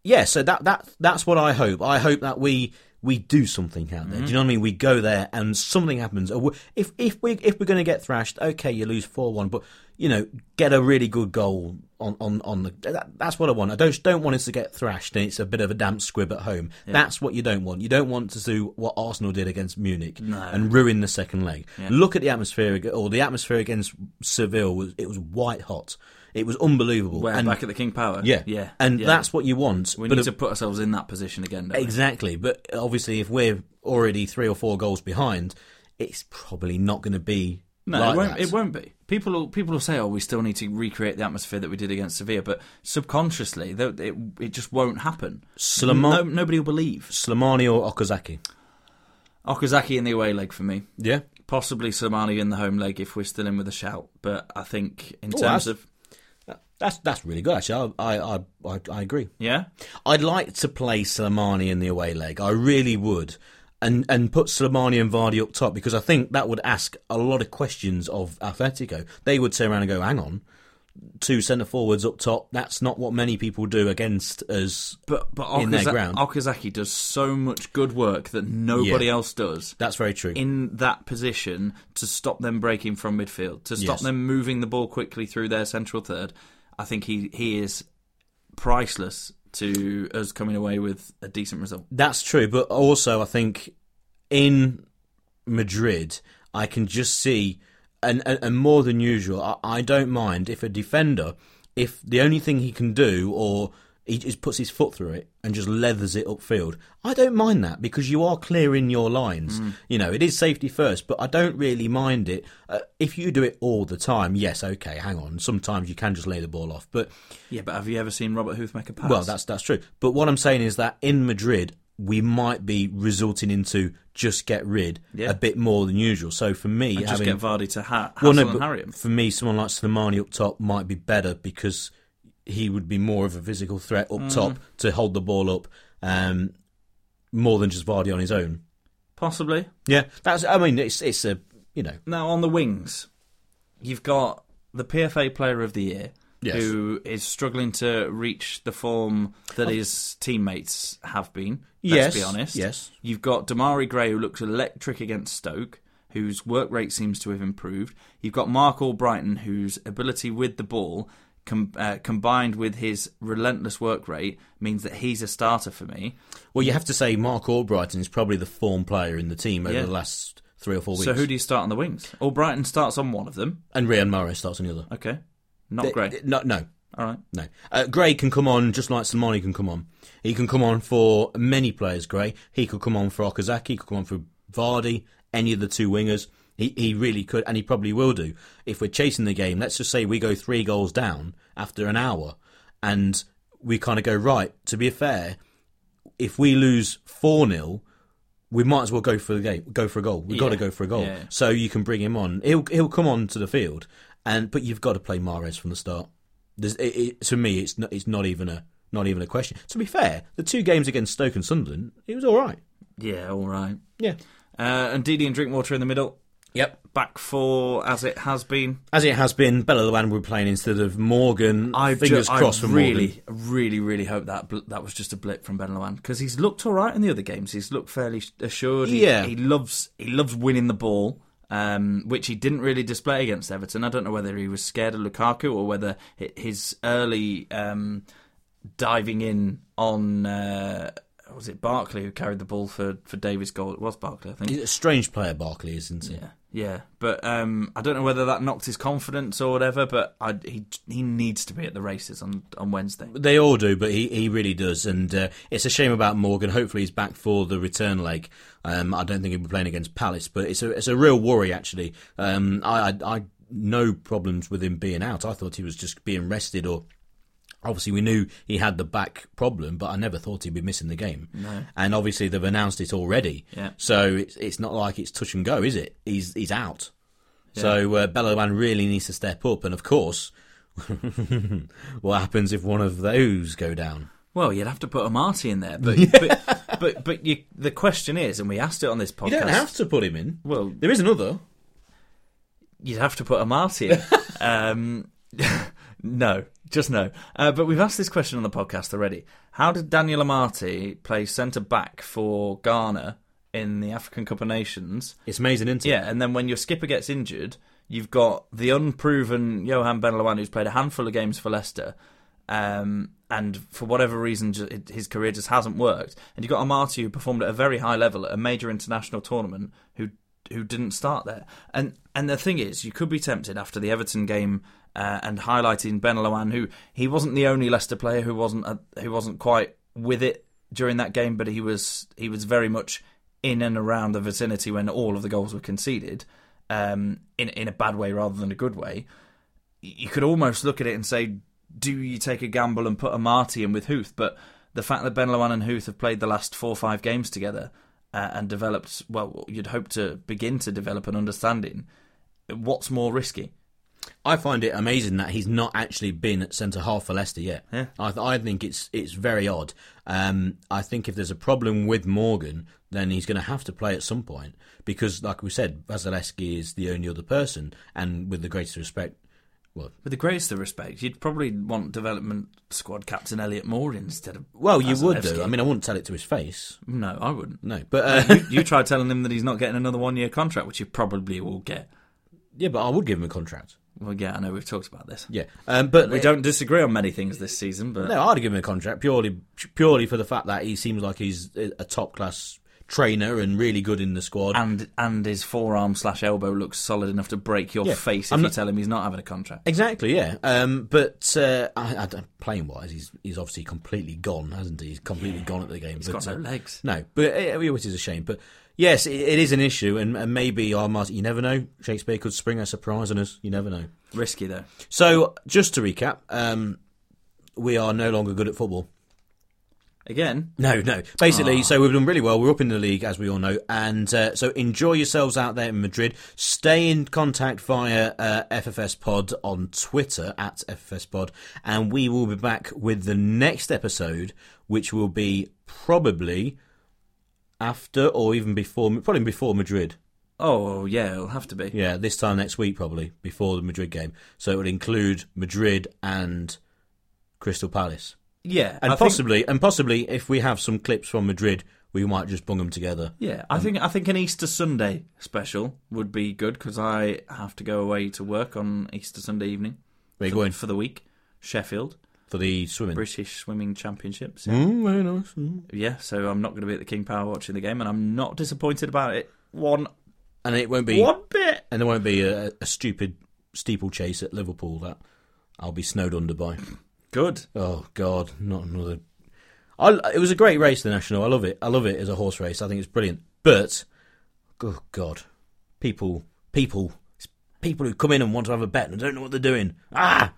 B: yeah. So that that that's what I hope. I hope that we we do something out there. Do you know what I mean? We go there and something happens. Or we- If if we if we're going to get thrashed, okay, you lose four one, but you know, get a really good goal on on on the. That, that's what I want. I don't don't want us to get thrashed, and it's a bit of a damp squib at home. That's what you don't want. You don't want to do what Arsenal did against Munich and ruin the second leg. Look at the atmosphere, ag- or the atmosphere against Seville was it was white hot. It was unbelievable.
C: Where
B: and,
C: back at the King Power.
B: yeah,
C: yeah,
B: and
C: yeah.
B: that's what you want.
C: we
B: but
C: need to put ourselves in that position again. Don't we?
B: Exactly, but obviously, if we're already three or four goals behind, it's probably not going to be.
C: No,
B: like
C: it won't.
B: that.
C: It won't be. People will, people will say, "Oh, we still need to recreate the atmosphere that we did against Sevilla," but subconsciously, tho- it it just won't happen.
B: Solomon-
C: No, nobody will believe.
B: Slimani or Okazaki.
C: Okazaki in the away leg for me.
B: Yeah,
C: Possibly Somali in the home leg if we're still in with a shout. But I think in
B: Oh,
C: terms
B: that's-
C: of
B: that's that's really good. Actually, I I I, I, I agree.
C: yeah,
B: I'd like to play Slimani in the away leg. I really would. And and put Slimani and Vardy up top because I think that would ask a lot of questions of Atletico. They would turn around and go, hang on, two centre forwards up top, that's not what many people do against us.
C: but but
B: In their
C: Okaza-
B: ground.
C: Okazaki does so much good work that nobody
B: Yeah.
C: else does.
B: That's very true.
C: in that position to stop them breaking from midfield, to stop
B: Yes.
C: them moving the ball quickly through their central third. I think he, he is priceless to us coming away with a decent result.
B: That's true, but also I think in Madrid, I can just see, and and, and more than usual, I, I don't mind if a defender, if the only thing he can do, or he just puts his foot through it and just leathers it upfield. I don't mind that because you are clearing your lines. You know, it is safety first, but I don't really mind it. Uh, if you do it all the time, yes, okay, hang on. Sometimes you can just lay the ball off, but
C: Yeah, but have you ever seen Robert Huth make a pass?
B: well, that's that's true. But what I'm saying is that in Madrid, we might be resorting into just get rid
C: Yeah.
B: a bit more than usual. So for me,
C: just
B: having
C: get Vardy to ha- hassle
B: well, no,
C: and
B: but
C: harry him.
B: for me, someone like Slimani up top might be better because he would be more of a physical threat
C: Mm.
B: up top to hold the ball up um, more than just Vardy on his own.
C: Possibly.
B: Yeah, that's. I mean, it's it's a you know
C: Now on the wings, you've got the PFA Player of the Year,
B: Yes.
C: who is struggling to reach the form that his teammates have been.
B: Yes,
C: Let's be honest.
B: yes.
C: You've got Damari Gray, who looks electric against Stoke, whose work rate seems to have improved. You've got Mark Albrighton, whose ability with the ball. Com- uh, combined with his relentless work rate means that he's a starter for me.
B: well, you have to say Mark Albrighton is probably the form player in the team over
C: Yeah.
B: the last three or four weeks.
C: So who do you start on the wings? Albrighton starts on one of them.
B: and Ryan Morrow starts on the other.
C: Okay, not great.
B: Uh, No, no,
C: All right.
B: No. Uh, Gray can come on just like Simoni can come on. He can come on for many players, Gray. He could come on for Okazaki, he could come on for Vardy, any of the two wingers. He, he really could, and he probably will do. If we're chasing the game, let's just say we go three goals down after an hour, and we kind of go, right, to be fair, if we lose four 0 we might as well go for the game, go for a goal. We've got to
C: Yeah.
B: go for a goal.
C: Yeah.
B: So you can bring him on. He'll he'll come on to the field, and but you've got to play Mares from the start. There's, it, it, to me, it's not it's not even a not even a question. To be fair, the two games against Stoke and Sunderland, it was all right.
C: Yeah, all right.
B: Yeah.
C: Uh, and Didi and Drinkwater in the middle,
B: Yep.
C: back four as it has been.
B: As it has been, Bella Luan were playing instead of Morgan.
C: I
B: Fingers
C: ju-
B: crossed
C: I
B: for Morgan.
C: really, really, really hope that bl- that was just a blip from Ben Lohan because he's looked all right in the other games. He's looked fairly s- assured. He,
B: Yeah.
C: he loves he loves winning the ball, um, which he didn't really display against Everton. I don't know whether he was scared of Lukaku or whether hi- his early um, diving in on uh, was it Barkley who carried the ball for for Davies' goal. It was Barkley, I think.
B: He's a strange player, Barkley, isn't he?
C: Yeah, yeah, but um, I don't know whether that knocked his confidence or whatever. But I, he he needs to be at the races on on Wednesday.
B: They all do, but he, he really does. And uh, it's a shame about Morgan. Hopefully, he's back for the return leg. Um, I don't think he'll be playing against Palace, but it's a it's a real worry actually. Um, I, I I no problems with him being out. I thought he was just being rested or. Obviously, we knew he had the back problem, but I never thought he'd be missing the game. No. And obviously, they've announced it already.
C: Yeah.
B: So it's it's not like it's touch and go, is it? He's he's out. So uh, Bellerin really needs to step up. And of course, what happens if one of those go down?
C: Well, you'd have to put a Marty in there, but but but, but you, the question is, and we asked it on this podcast.
B: You don't have to put him in.
C: Well,
B: There is another.
C: you'd have to put a Marty in. um, no, just no. Uh, but we've asked this question on the podcast already. How did Daniel Amati play centre back for Ghana in the African Cup of Nations?
B: It's amazing, isn't it?
C: Yeah, and then when your skipper gets injured, you've got the unproven Johan Benelawan, who's played a handful of games for Leicester, um, and for whatever reason, ju- it- his career just hasn't worked. And you've got Amati, who performed at a very high level at a major international tournament, who who didn't start there. And and the thing is, you could be tempted after the Everton game. Uh, and highlighting Ben Loan, who he wasn't the only Leicester player who wasn't uh, who wasn't quite with it during that game, but he was he was very much in and around the vicinity when all of the goals were conceded, um, in in a bad way rather than a good way, y- you could almost look at it and say, do you take a gamble and put a Marty in with Huth? But the fact that Ben Loan and Huth have played the last four or five games together uh, and developed, well, you'd hope to begin to develop an understanding. What's more risky?
B: I find it amazing that he's not actually been at centre half for Leicester yet.
C: Yeah.
B: I, th- I think it's it's very odd. Um, I think if there's a problem with Morgan, then he's going to have to play at some point because, like we said, Vasilevsky is the only other person, and with the greatest respect, well,
C: With the greatest of respect, you'd probably want development squad captain Elliot Moore instead of.
B: well, you would
C: Vasilevsky.
B: do. Mm. I mean, I wouldn't tell it to his face.
C: No, I wouldn't.
B: No, but uh,
C: you try telling him that he's not getting another one year contract, which he probably will get.
B: yeah, but I would give him a contract.
C: Well, yeah, I know we've talked about this.
B: Yeah, um, but
C: We don't disagree on many things this season, but
B: No, I'd give him a contract purely purely for the fact that he seems like he's a top class trainer and really good in the squad.
C: and and his forearm slash elbow looks solid enough to break your
B: Yeah,
C: face if
B: I'm
C: you
B: not-
C: tell him he's not having a contract.
B: exactly, yeah. Um, but uh, I, I don't, playing wise, he's he's obviously completely gone, hasn't he? He's completely gone at the game.
C: He's got
B: but,
C: no
B: uh,
C: legs.
B: No, but it, it- which is a shame. But yes, it, it is an issue, and, and maybe our Martin. You never know. Shakespeare could spring a surprise on us. You never know.
C: Risky though.
B: So just to recap, um, we are no longer good at football.
C: Again,
B: No, no. Basically, so we've done really well. We're up in the league, as we all know. And uh, so enjoy yourselves out there in Madrid. Stay in contact via uh, FFS Pod on Twitter at FFS Pod. And we will be back with the next episode, which will be probably after or even before, probably before Madrid.
C: oh yeah, it'll have to be.
B: Yeah, this time next week, probably before the Madrid game. So it will include Madrid and Crystal Palace
C: Yeah,
B: and
C: I think-
B: possibly and possibly if we have some clips from Madrid, we might just bung them together.
C: yeah, I think I think an Easter Sunday special would be good because I have to go away to work on Easter Sunday evening
B: We're going
C: for the week. Sheffield
B: for the swimming.
C: British Swimming Championships.
B: Mm, very nice. Mm.
C: Yeah, so I'm not going to be at the King Power watching the game, and I'm not disappointed about it one
B: And it won't be
C: one bit.
B: and there won't be a, a stupid steeplechase at Liverpool that I'll be snowed under by.
C: Good.
B: Oh God, not another. I, it was a great race, the national. I love it. I love it as a horse race. I think it's brilliant. But oh God, people, people, it's people who come in and want to have a bet and don't know what they're doing. Ah,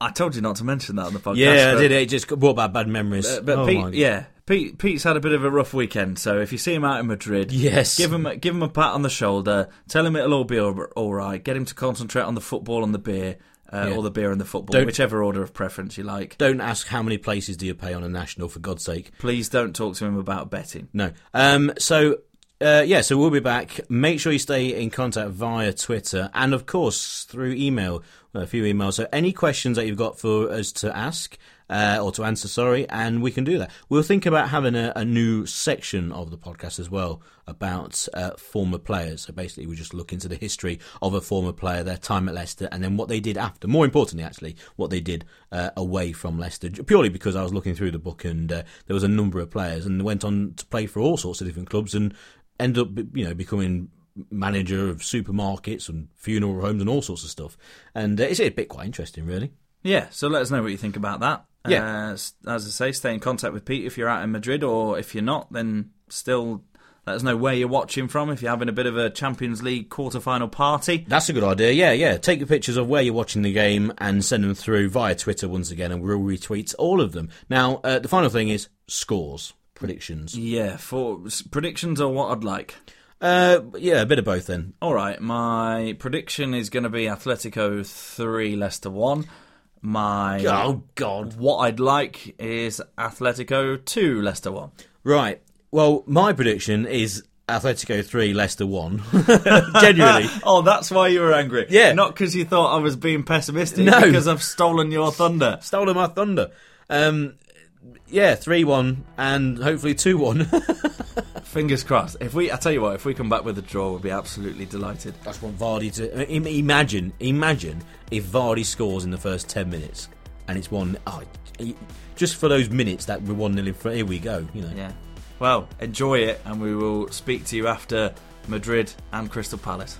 C: I told you not to mention that on the podcast.
B: Yeah, I
C: but-
B: did. It just brought back bad memories.
C: Uh, but
B: Oh, my
C: Pete,
B: God.
C: yeah, Pete, Pete's had a bit of a rough weekend. So if you see him out in Madrid,
B: Yes.
C: give him give him a pat on the shoulder, tell him it'll all be all- all right. Get him to concentrate on the football and the beer, uh,
B: Yeah.
C: or the beer and the football,
B: Don't-
C: whichever order of preference you like.
B: Don't ask how many places do you pay on a national, for God's sake.
C: Please don't talk to him about betting.
B: No. Um, so, uh, yeah, so we'll be back. Make sure you stay in contact via Twitter and, of course, through email, a few emails. So, any questions that you've got for us to ask uh, or to answer, sorry, and we can do that. We'll think about having a, a new section of the podcast as well about uh, former players. So, basically, we just look into the history of a former player, their time at Leicester, and then what they did after. More importantly, actually, what they did uh, away from Leicester, purely because I was looking through the book and uh, there was a number of players and went on to play for all sorts of different clubs and end up, you know, becoming manager of supermarkets and funeral homes and all sorts of stuff. And uh, it's a bit quite interesting, really.
C: Yeah, so let us know what you think about that.
B: Yeah.
C: Uh, s- as I say, stay in contact with Pete if you're out in Madrid, or if you're not, then still let us know where you're watching from. If you're having a bit of a Champions League quarter-final party,
B: That's a good idea. Yeah, yeah. Take your pictures of where you're watching the game and send them through via Twitter once again, and we'll retweet all of them. Now, uh, the final thing is scores, predictions.
C: yeah, for s- predictions or what I'd like.
B: Uh, yeah, a bit of both then.
C: All right, my prediction is going to be Atletico three, Leicester one. My
B: Oh God!
C: what I'd like is Atletico two, Leicester one.
B: Right. Well, my prediction is Atletico three, Leicester one. Genuinely,
C: Oh, that's why you were angry.
B: Yeah.
C: not because you thought I was being pessimistic.
B: No.
C: because I've stolen your thunder.
B: stolen my thunder. Um, yeah, three one, and hopefully two one.
C: Fingers crossed. If we, I tell you what, if we come back with a draw, we'll be absolutely delighted.
B: That's what Vardy to I- im- imagine. Imagine if Vardy scores in the first ten minutes, and it's one. Oh, y- just for those minutes that we're one nil in front. Here we go. You know.
C: Yeah. Well, enjoy it, and we will speak to you after Madrid and Crystal Palace.